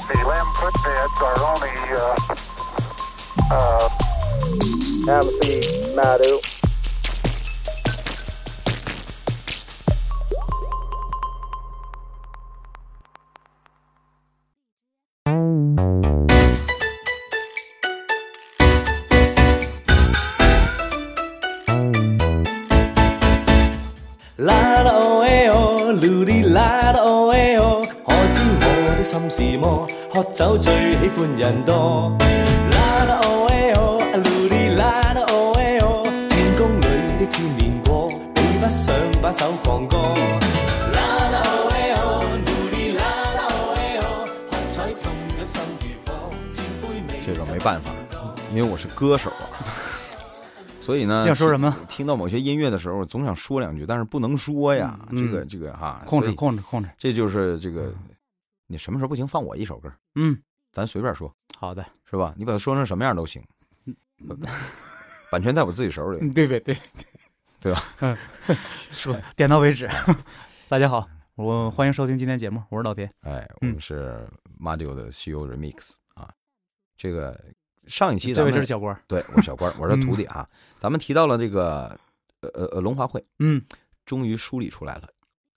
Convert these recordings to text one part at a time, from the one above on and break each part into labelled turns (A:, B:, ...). A: quit bids are only, uh, uh,
B: Amity Madu.
C: 啦啦哦哎哦，噜哩啦啦哦哎哦，可知我的心是魔，喝酒最喜歡人多。啦啦哦哎哦，啊噜哩啦啦哦哎哦，天宮裏的千年果，比不上把酒狂歌。啦啦哦哎哦，嚕哩啦啦哦哎哦，喝彩中飲心如火，千杯美
D: 这个没办法，因为我是歌手啊， 所以呢，
E: 想说什么？
D: 听到某些音乐的时候，总想说两句，但是不能说呀。
E: 嗯
D: 这个这个哈，
E: 控制
D: 所以
E: 控制控制，
D: 这就是这个，你什么时候不行放我一首歌，
E: 嗯，
D: 咱随便说，
E: 好的，
D: 是吧？你把它说成什么样都 行，版权在我自己手里。
E: 嗯对对 对，
D: 对吧？
E: 嗯，说点到 为止。大家好，我欢迎收听今天节目，我是老田。
D: 哎，我们
E: 嗯
D: 是 Mario 的《西游 Remix》啊，这个上一期
E: 这
D: 咱
E: 位
D: 们
E: 就是小郭。
D: 对，我是小官，我 是徒弟啊。咱们提到了这个呃呃呃龙华会，
E: 嗯，
D: 终于梳理出来了。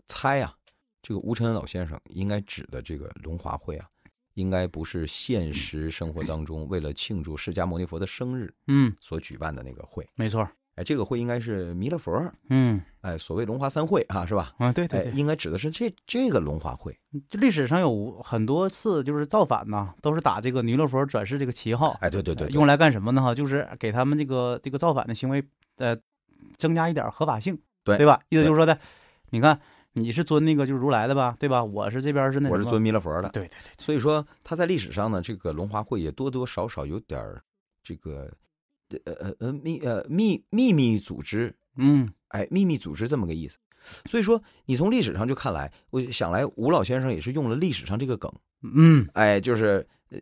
D: 猜啊，这个吴承恩老先生应该指的这个龙华会啊，应该不是现实生活当中为了庆祝释迦牟尼佛的生日
E: 嗯，
D: 所举办的那个会。
E: 没错。
D: 哎，这个会应该是弥勒佛，
E: 嗯
D: 哎，所谓龙华三会啊，是吧？
E: 啊，对对
D: 哎，
E: 对，
D: 应该指的是这这个龙华会。
E: 这历史上有很多次就是造反呐，都是打这个弥勒佛转世这个旗号，
D: 哎，对对对，
E: 呃
D: 对
E: 用来干什么呢？哈，就是给他们这个这个造反的行为，呃，增加一点合法性，
D: 对
E: 对吧？意思就是说的，你看你是尊那个就是如来的吧，对吧？我是这边是那
D: 我
E: 什
D: 是
E: 么
D: 尊弥勒佛的。
E: 对对对，
D: 所以说他在历史上呢，这个龙华会也多多少少有点儿这个呃呃呃秘呃秘秘密组织，
E: 嗯
D: 哎，秘密组织这么个意思。所以说，你从历史上就看来，我想来吴老先生也是用了历史上这个梗，
E: 嗯，
D: 哎，就是呃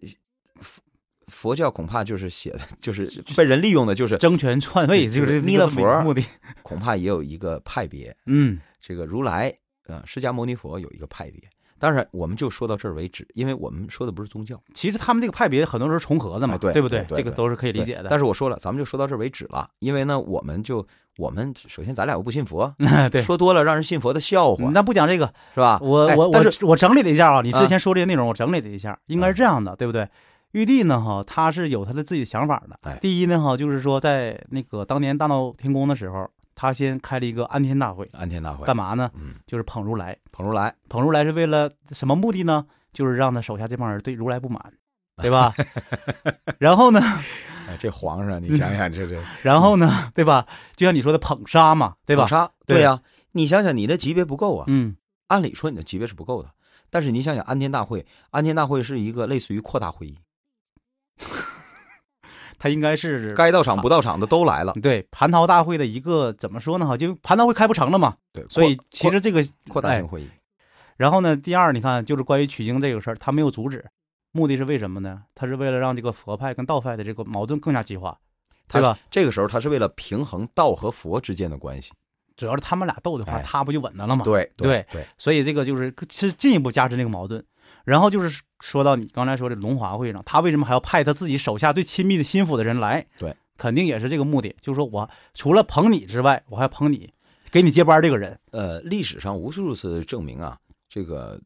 D: 佛佛教恐怕就是写的，就是被人利用的，就是
E: 争权篡位
D: 这
E: 就
D: 个
E: 是
D: 弥勒
E: 这么一个
D: 佛
E: 目的，
D: 恐怕也有一个派别，
E: 嗯
D: 这个如来啊、呃释迦牟尼佛有一个派别。当然，我们就说到这儿为止，因为我们说的不是宗教。
E: 其实他们这个派别很多时候重合的嘛，
D: 哎对
E: 不
D: 对对
E: 这个
D: 对
E: 都是可以理
D: 对
E: 解的。
D: 但是我说了，咱们就说到这儿为止了，因为呢，我们就我们首先咱俩又不信佛，
E: 是 对，
D: 说多了让人信佛的笑话
E: 嗯那不讲这个，
D: 是吧？
E: 我
D: 哎
E: 我
D: 但
E: 我
D: 是嗯
E: 我整理了一下啊，你
D: 啊
E: 之前说这些内容我整理了一下，应该是这样的，对不对？玉帝呢哈，他是有他的自己的想法
D: 哎
E: 的。第一呢哈，就是说在那个当年大闹天宫的时候，他先开了一个安天大会，
D: 安天大会
E: 干，嘛呢？
D: 嗯，
E: 就是捧如来。
D: 捧如来，
E: 捧如来是为了什么目的呢？就是让他手下这帮人对如来不满，对 吧？然后呢，
D: 哎，这皇上，你想想这这
E: 然后呢，对吧？就像你说的捧杀嘛，对
D: 对
E: 吧？
D: 杀，
E: 对
D: 对呀、你想想你的级别不够啊，
E: 嗯，
D: 按理说你的级别是不够的，但是你想想安天大会，安天大会是一个类似于扩大会议，
E: 他应该是
D: 该到场不到场的都来了，
E: 对蟠桃大会的一个怎么说呢？哈，就蟠桃会开不成了嘛，
D: 对，
E: 所以
D: 扩
E: 其实这个
D: 扩扩大性会议，
E: 然后呢，第二，你看就是关于取经这个事儿，他没有阻止，目的是为什么呢？他是为了让这个佛派跟道派的这个矛盾更加激化，
D: 他
E: 对
D: 是
E: 吧？
D: 这个时候他是为了平衡道和佛之间的关系，
E: 主要是他们俩斗的话，
D: 哎
E: 他不就稳当了吗？，
D: 对
E: 对
D: 对，
E: 所以这个就是是进一步加深这个矛盾。然后就是说到你刚才说的龙华会上，他为什么还要派他自己手下最亲密的心腹的人来？
D: 对，
E: 肯定也是这个目的，就是说我除了捧你之外，我还捧你，给你接班这个人。
D: 呃，历史上无数次证明啊，这个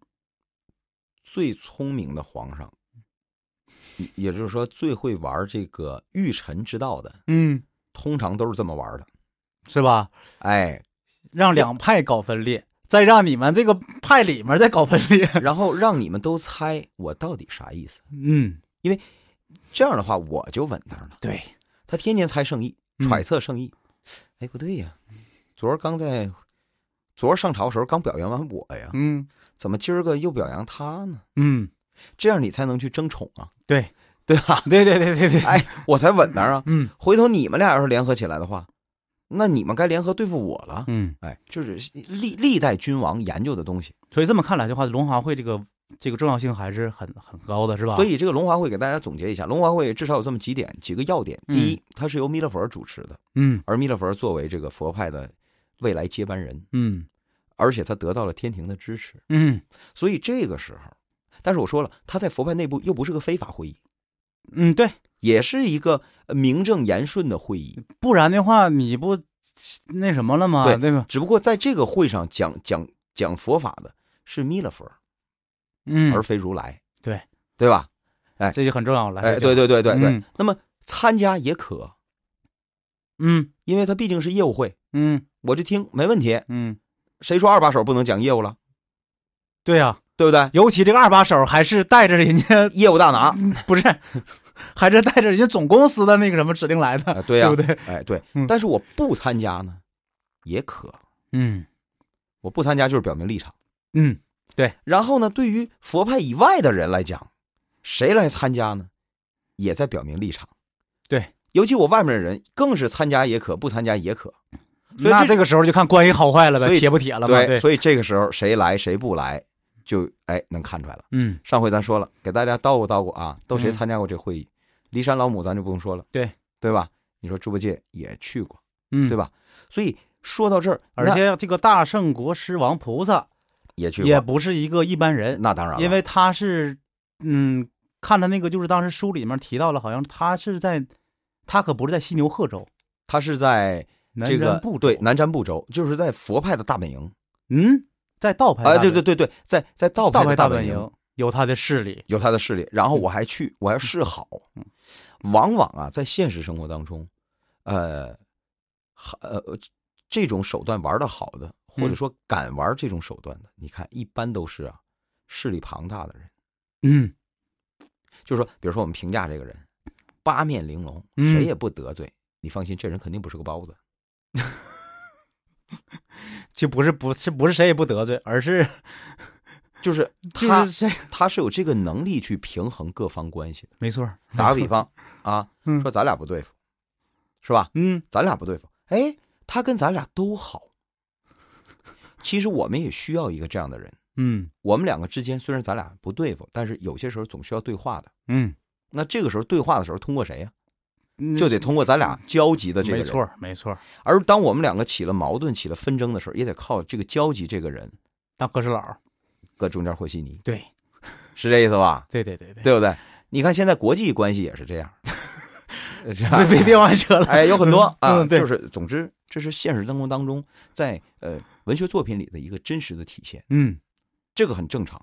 D: 最聪明的皇上，也也就是说最会玩这个御臣之道的，
E: 嗯，
D: 通常都是这么玩的。
E: 是吧？
D: 哎，
E: 让两派搞分裂，再让你们这个派里面再搞分裂。
D: 然后让你们都猜我到底啥意思。
E: 嗯，
D: 这样的话，我就稳当了。
E: 对，
D: 他天天猜圣意，
E: 嗯
D: 揣测圣意。哎，不对呀，昨儿刚在昨儿上朝的时候刚表扬完我呀，
E: 嗯
D: 怎么今儿个又表扬他呢？
E: 嗯，
D: 这样你才能去争宠啊，
E: 对啊
D: 对吧？
E: 对对对对对，
D: 哎，我才稳当啊。
E: 嗯
D: 回头你们俩要是联合起来的话，那你们该联合对付我了。
E: 嗯，
D: 哎，就是历历代君王研究的东西，
E: 所以这么看来的话，龙华会这个这个重要性还是很很高的，是吧？
D: 所以这个龙华会给大家总结一下，龙华会至少有这么几点几个要点。
E: 嗯
D: 第一，它是由弥勒佛主持的，
E: 嗯
D: 而弥勒佛作为这个佛派的未来接班人，
E: 嗯
D: 而且他得到了天庭的支持，
E: 嗯，
D: 所以这个时候，但是我说了，他在佛派内部又不是个非法会议，
E: 嗯，对，
D: 也是一个呃名正言顺的会议。
E: 不然的话你不那什么了吗？
D: 对
E: 对吧？
D: 只不过在这个会上讲讲讲佛法的是弥勒佛，
E: 嗯，
D: 而非如来，
E: 对
D: 对吧？
E: 这就很重要了。
D: 哎，对对对对对
E: 嗯。
D: 那么参加也可，
E: 嗯
D: 因为它毕竟是业务会，
E: 嗯
D: 我就听没问题。
E: 嗯，
D: 谁说二把手不能讲业务了？
E: 对呀、
D: 对不对？
E: 尤其这个二把手还是带着人家
D: 业务大拿，
E: 不是，还是带着人家总公司的那个什么指令来的，
D: 啊对呀
E: 不对？
D: 哎，对
E: 嗯。
D: 但是我不参加呢，也可。
E: 嗯
D: 我不参加就是表明立场。
E: 嗯，
D: 然后呢，对于佛派以外的人来讲，谁来参加呢？也在表明立场。
E: 对，
D: 尤其我外面的人更是参加也可，不参加也可。所以
E: 那
D: 这
E: 这个时候就看关系好坏了呗
D: 所，以
E: 铁不铁了嘛？
D: 对，
E: 对，
D: 所以这个时候谁来谁不来，就哎能看出来了。
E: 嗯
D: 上回咱说了，给大家叨咕叨咕啊，都谁
E: 嗯
D: 参加过这会议？骊山老母咱就不用说了，
E: 对
D: 对吧？你说猪八戒也去过，
E: 嗯，
D: 对吧？所以说到这儿，
E: 而
D: 那
E: 且这个大圣国师王菩萨
D: 也去
E: 也
D: 过，
E: 不是一个一般人，
D: 那当然了，
E: 因为他是，嗯，看他那个就是当时书里面提到了，好像他是在，他可不是在犀牛贺州，
D: 他是在
E: 南
D: 这个
E: 瞻部
D: 对
E: 洲
D: 南瞻部洲，就是在佛派的大本营
E: 嗯，在道派
D: 啊、
E: 大
D: 对对
E: 本
D: 对对，在在道
E: 道
D: 派的
E: 大
D: 本
E: 营嗯有他的势力，
D: 有他的势力，然后我还去，我要示好。
E: 嗯
D: 往往啊，在现实生活当中，呃，哈呃，这种手段玩的好的，或者
E: 嗯
D: 说敢玩这种手段的，你看一般都是啊，势力庞大的人。
E: 嗯
D: 就是说，比如说我们评价这个人，八面玲珑，
E: 嗯
D: 谁也不得罪，你放心，这人肯定不是个包子。
E: 就不是不是不是谁也不得罪，而 是
D: 就是
E: 嗯就
D: 他
E: 是，谁
D: 他是有这个能力去平衡各方关系的。
E: 没错，
D: 打个
E: 没
D: 比
E: 错，
D: 方啊，
E: 嗯
D: 说咱俩不对付，是吧？
E: 嗯
D: 咱俩不对付，哎，他跟咱俩都好。其实我们也需要一个这样的人。
E: 嗯
D: 我们两个之间虽然咱俩不对付，但是有些时候总需要对话的。
E: 嗯，
D: 那这个时候对话的时候，通过谁呀、
E: 嗯
D: 就得通过咱俩交集的这个
E: 没
D: 人。
E: 错没错，
D: 而当我们两个起了矛盾、起了纷争的时候，也得靠这个交集这个人
E: 当和事佬，
D: 搁中间和稀泥，
E: 对
D: 是这意思吧？
E: 对对对对，
D: 对不对？你看现在国际关系也是这样， 这样
E: 别别别往外扯 了，
D: 哎，有很多啊，
E: 嗯对
D: 就是总之，这是现实生活当中在呃文学作品里的一个真实的体现，
E: 嗯
D: 这个很正常。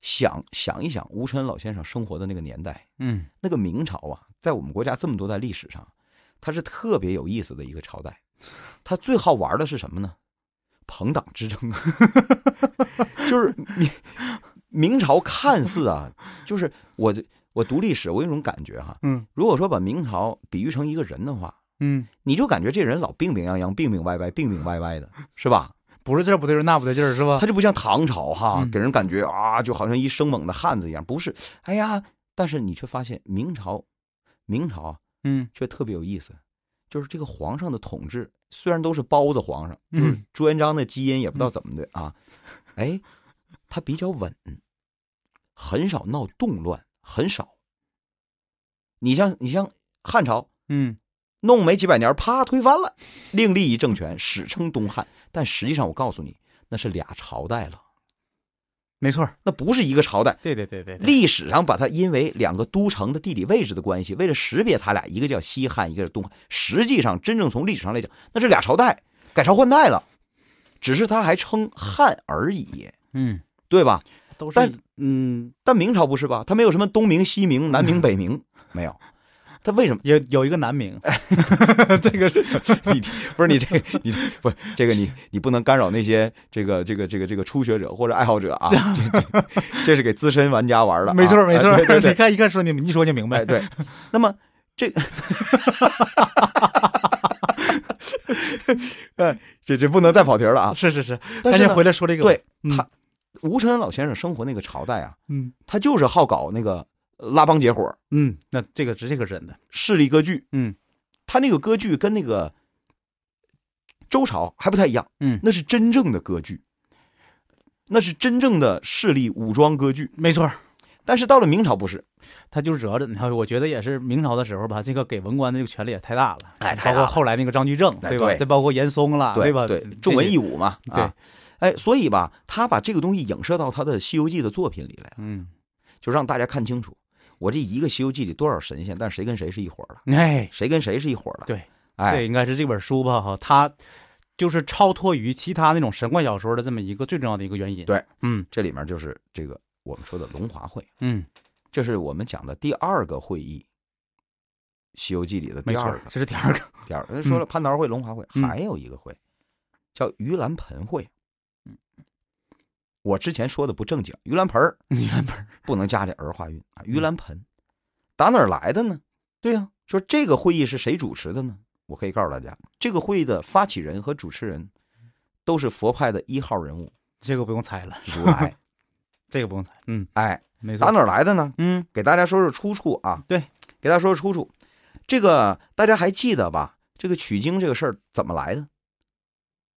D: 想想一想，吴承恩老先生生活的那个年代，
E: 嗯
D: 那个明朝啊，在我们国家这么多代历史上，它是特别有意思的一个朝代。它最好玩的是什么呢？朋党之争， 就是明明朝看似啊，就是我我读历史，我有一种感觉哈、
E: 嗯
D: 如果说把明朝比喻成一个人的话，
E: 嗯，
D: 你就感觉这人老病病殃殃、病病歪歪、病病歪 歪的，是吧？
E: 不是这不对劲儿那不对劲儿是吧？
D: 他就不像唐朝哈
E: 啊嗯，
D: 给人感觉啊，就好像一生猛的汉子一样。不是，哎呀，但是你却发现明朝，明朝啊
E: 嗯
D: 却特别有意思，就是这个皇上的统治虽然都是包子皇上，
E: 嗯
D: 就是朱元璋的基因也不知道怎么的啊，哎，他比较稳，很少闹动乱，很少。你像你像汉朝，
E: 嗯
D: 弄没几百年，啪推翻了，另立一政权，史称东汉。但实际上，我告诉你，那是俩朝代了，
E: 没错，
D: 那不是一个朝代。
E: 对对对对对，
D: 历史上把它因为两个都城的地理位置的关系，为了识别它俩，一个叫西汉，一个是东汉。实际上，真正从历史上来讲，那是俩朝代，改朝换代了，只是它还称汉而已，
E: 嗯
D: 对吧？
E: 都是
D: 但
E: 以嗯
D: 但明朝不是吧？它没有什么东明、西明、南明、北明，没有。它为什么？
E: 有有一个男名，这个是
D: 你不是你这你这不是这个你你不能干扰那些这个这个这个这个初学者或者爱好者啊，这这 这是给资深玩家玩的啊、
E: 没错儿没错儿，
D: 哎对对对
E: 你看一看说你一说就明
D: 哎
E: 白，
D: 对，那么这个， 哎，这这不能再跑题儿了啊！
E: 是是是，赶
D: 但是
E: 紧
D: 呢
E: 回来说这个吧，
D: 对
E: 嗯
D: 他吴承恩老先生生活那个朝代啊，
E: 嗯
D: 他就是好搞那个呃拉帮结伙、
E: 嗯，那这个是这个真的，
D: 势力割据。
E: 嗯，
D: 他那个割据跟那个周朝还不太一样，
E: 嗯
D: 那是真正的割据，那是真正的势力武装割据。
E: 没错儿，
D: 但是到了明朝不是，
E: 他就是主要的，你看，我觉得也是明朝的时候吧，这个给文官的这个权力也太大了，
D: 哎
E: 包
D: 太大
E: 括
D: 了
E: 后来那个张居正，
D: 哎
E: 吧？
D: 对
E: 再包括严嵩啦，
D: 对
E: 啊吧？
D: 对
E: 这，
D: 重文
E: 这
D: 抑武嘛，
E: 对
D: 啊，哎，所以吧，他把这个东西影射到他的《西游记》的作品里来了，
E: 嗯，
D: 就让大家看清楚，我这一个《西游记》里多少神仙，但谁跟谁是一伙儿的，
E: 哎，
D: 谁跟谁是一伙儿的。
E: 对，这
D: 哎，
E: 应该是这本书吧哈，它就是超脱于其他那种神怪小说的这么一个最重要的一个原因。
D: 对，
E: 嗯
D: 这里面就是这个我们说的龙华会，
E: 嗯，
D: 这是我们讲的第二个会议，《西游记》里的
E: 没
D: 第
E: 错
D: 二个，
E: 这是第二个，
D: 第二个。说了蟠桃会、龙华会，
E: 嗯
D: 还有一个会叫盂兰盆会
E: 嗯。
D: 我之前说的不正经，盂兰盆儿
E: 你原本
D: 不能加这儿化韵啊，盂兰盆，打哪儿来的呢？
E: 对呀，
D: 说这个会议是谁主持的呢？我可以告诉大家，这个会议的发起人和主持人都是佛派的一号人物
E: 这个不用猜了，
D: 如来。
E: 这个不用猜，嗯，
D: 哎，
E: 没
D: 打
E: 错，
D: 哪儿来的呢？
E: 嗯，
D: 给大家说说出处啊。
E: 对，
D: 给大家说说出处。这个大家还记得吧？这个取经这个事儿怎么
E: 嗯
D: 来的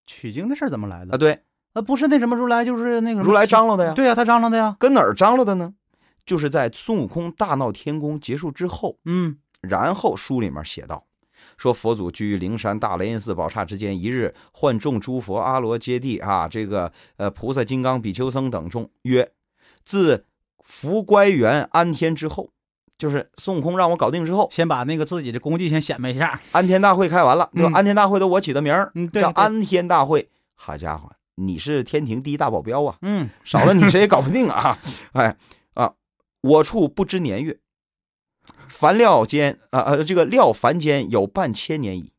E: 取经的事儿怎么来
D: 啊？
E: 的？
D: 对，
E: 啊，不是那什么如来，就是那个什么
D: 如来张罗的呀。
E: 嗯对呀，他张罗的呀，
D: 跟哪儿张罗的呢？就是在孙悟空大闹天宫结束之后，
E: 嗯，
D: 然后书里面写道，说佛祖居于灵山大雷音寺宝刹之间一日，唤众诸佛阿罗揭谛啊，这个呃菩萨、金刚、比丘僧等众曰：自福乖园安天之后，就是孙悟空让我搞定之后，
E: 先把那个自己的功绩先显摆一下，
D: 安天大会开完了，对吧？
E: 嗯
D: 安天大会都我起的名儿，
E: 嗯对
D: 叫
E: 对
D: 安天大会。好家伙，你是天庭第一大保镖啊！
E: 嗯，
D: 少了你谁也搞不定啊！ 哎啊，我处不知 年月，凡料间啊呃，这个料凡间有半千年矣，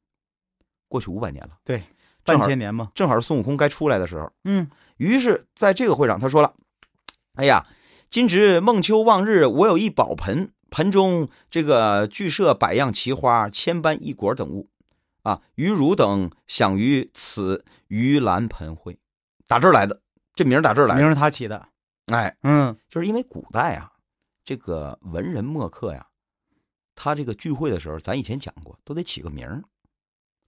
D: 过去五百年了，正
E: 半
D: 好
E: 千年嘛，
D: 正好是孙悟空该出来的时候。
E: 嗯，
D: 于是在这个会上，他说了：“哎呀，今值孟秋望日，我有一宝盆，盆中这个俱设百样奇花、千般异果等物，啊，于汝等享于此盂兰盆会。”打这儿来的，这名儿打这儿来
E: 名
D: 的，
E: 是他起的，
D: 哎。
E: 嗯，
D: 就是因为古代啊，这个文人墨客呀，他这个聚会的时候，咱以前讲过，都得起个名儿，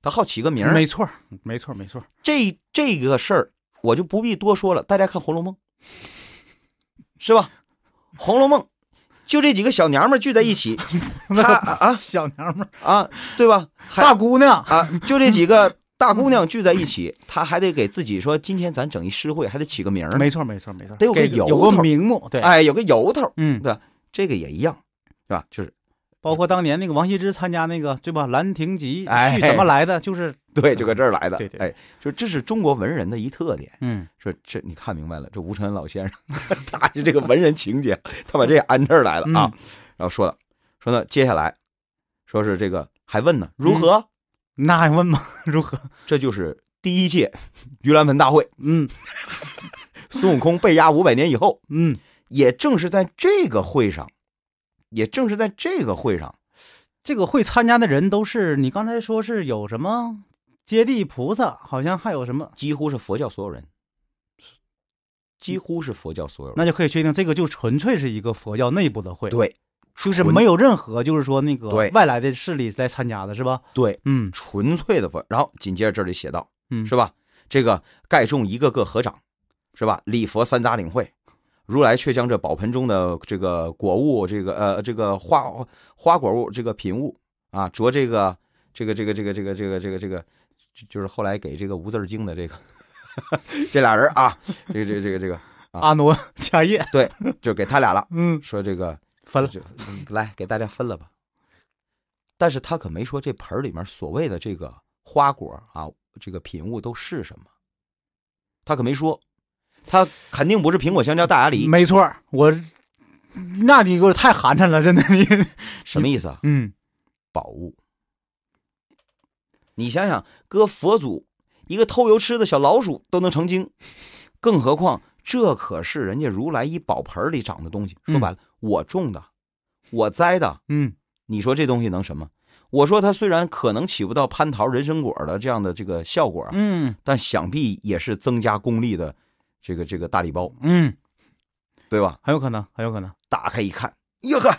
D: 他好起个名儿。
E: 没错儿，没错儿，没错儿，
D: 这这个事儿我就不必多说了，大家看《红楼梦》，是吧？《红楼梦》就这几个小娘们儿聚在一 起，她啊
E: 小娘们儿，
D: 啊，对吧？还
E: 大姑娘，
D: 啊，就这几个大姑娘聚在一起，她还得给自己说，今天咱整一诗会，还得起个名儿，
E: 没错儿，没错儿，没错儿，
D: 得有个
E: 给
D: 由
E: 有个
D: 头
E: 名目，对，
D: 哎，有个由头儿，
E: 嗯，
D: 这个也一样，是吧？就是
E: 包括当年那个王羲之参加那个对吧，《兰亭集》
D: 哎
E: 去怎么来的？就是
D: 对，就搁这儿来的。
E: 对对对
D: 哎，就这是中国文人的一特点。
E: 嗯，
D: 说这你看明白了，这吴承恩老先生，他就这个文人情节，他把这个安这儿来了啊。然后说了，说呢，接下来说是这个还问呢，如何？
E: 那还问吗？ 如何？
D: 这就是第一届盂兰盆大会，
E: 嗯
D: 孙悟空被压五百年以后，
E: 嗯，
D: 也正是在这个会上，也正是在这个会上，
E: 这个会参加的人都是你刚才说是有什么接地菩萨，好像还有什么，
D: 几乎是佛教所有人，几乎是佛教所有人。
E: 那就可以确定这个就纯粹是一个佛教内部的会，
D: 对
E: 就是
D: 纯
E: 没有任何就是说那个
D: 对
E: 外来的势力来参加的是吧？
D: 对，
E: 嗯
D: 纯粹的佛。然后紧接着这里写道，
E: 嗯
D: 是吧？这个盖众一个个合掌，是吧？礼佛三匝领会，如来却将这宝盆中的这个果物，这个呃这个花花果物这个品物啊，着这个这个这个这个这个这个这个这个，就就是后来给这个无字经的这个 这俩人啊，这个这个这个这个啊
E: 阿诺 迦叶，
D: 就给他俩了，
E: 嗯，
D: 说这个
E: 分了，
D: 就嗯来给大家分了吧。但是他可没说这盆儿里面所谓的这个花果啊，这个品物都是什么，他可没说，他肯定不是苹果、香蕉、大鸭梨，
E: 没错儿，我，那你给我太寒碜了，真的你，
D: 什么意思啊？
E: 嗯，
D: 宝物。你想想，搁佛祖一个偷油吃的小老鼠都能成精，更何况这可是人家如来一宝盆儿里长的东西。说白了，我种的，我栽的，
E: 嗯，
D: 你说这东西能什么？我说它虽然可能起不到蟠桃、人参果的这样的这个效果，啊
E: 嗯
D: 但想必也是增加功力的这个这个大礼包，
E: 嗯，
D: 对吧？
E: 很有可能，很有可能，
D: 打开一看，哟呵，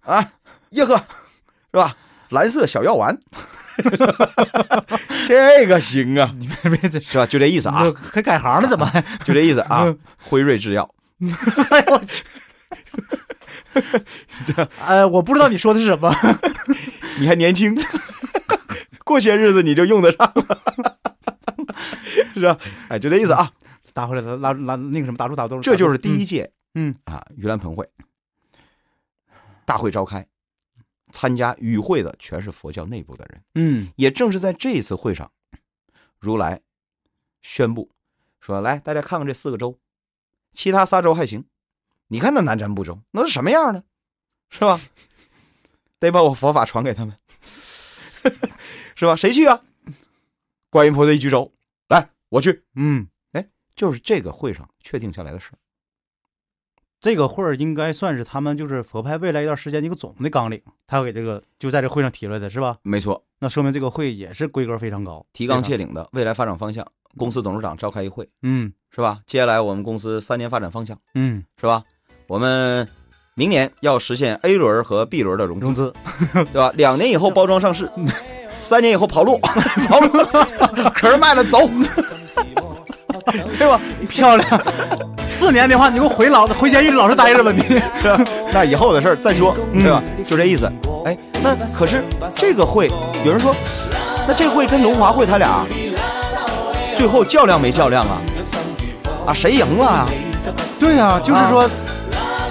D: 啊，哟呵，是吧？蓝色小药丸， 这个行啊，
E: 你别别这
D: 是吧？就这意思啊
E: 这，还改行了怎么 还？
D: 就这意思啊
E: 嗯。
D: 辉瑞制药，
E: 呃，我不知道你说的是什 么，
D: 你还年轻， 过些日子你就用得上了，是吧？哎，就这意思啊。
E: 打回来了，拉拉那个什么打住打住，
D: 这就是第一届，
E: 嗯
D: 啊，盂兰盆会大会召开，参加与会的全是佛教内部的人。
E: 嗯
D: 也正是在这一次会上，如来宣布说：“来，大家看看这四个州，其他仨州还行，你看那南瞻部州那是什么样呢？是吧？得把我佛法传给他们， 是吧？谁去啊？观音菩萨一举手，来，我去。
E: 嗯，
D: 就是这个会上确定下来的事儿。
E: 这个会儿应该算是他们就是佛派未来一段时间的一个总的纲领，他要给这个就在这会上提出来的是吧？
D: 没错，
E: 那说明这个会也是规格非常高，
D: 提纲
E: 非
D: 挈领的未来发展方向，公司董事长召开一会，
E: 常。嗯
D: 是吧？接下来我们公司三年发展方向，
E: 嗯，
D: 是吧？我们明年要实现 A 轮和 B 轮的融资，
E: 融资
D: 对吧？两年以后包装 上市，三年以后跑路，跑路， 壳儿卖了走，对吧？
E: 漂亮。 四年的话，你给我回老回监狱老实待着吧你。
D: 是吧？那以后的事儿再说，
E: 嗯
D: 对吧？就这意思。哎，那可是这个会，有人说，那这会跟龙华会他俩最后较量没较量啊？啊，谁赢了啊？
E: 对呀、就是说、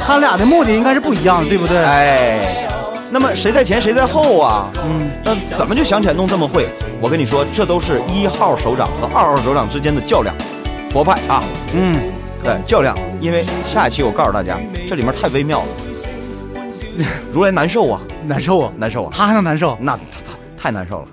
E: 他俩的目的应该是不一样的，对不对？
D: 哎，那么谁在前谁在后啊？嗯，那怎么就想起来弄这么会？我跟你说，这都是一号首长和二号首长之间的较量，佛派啊，
E: 嗯，
D: 对较量。因为下一期我告诉大家，这里面太微妙了， 如来难受啊，
E: 难受啊，
D: 难受啊，
E: 他还能难受。
D: 那太太太难受了。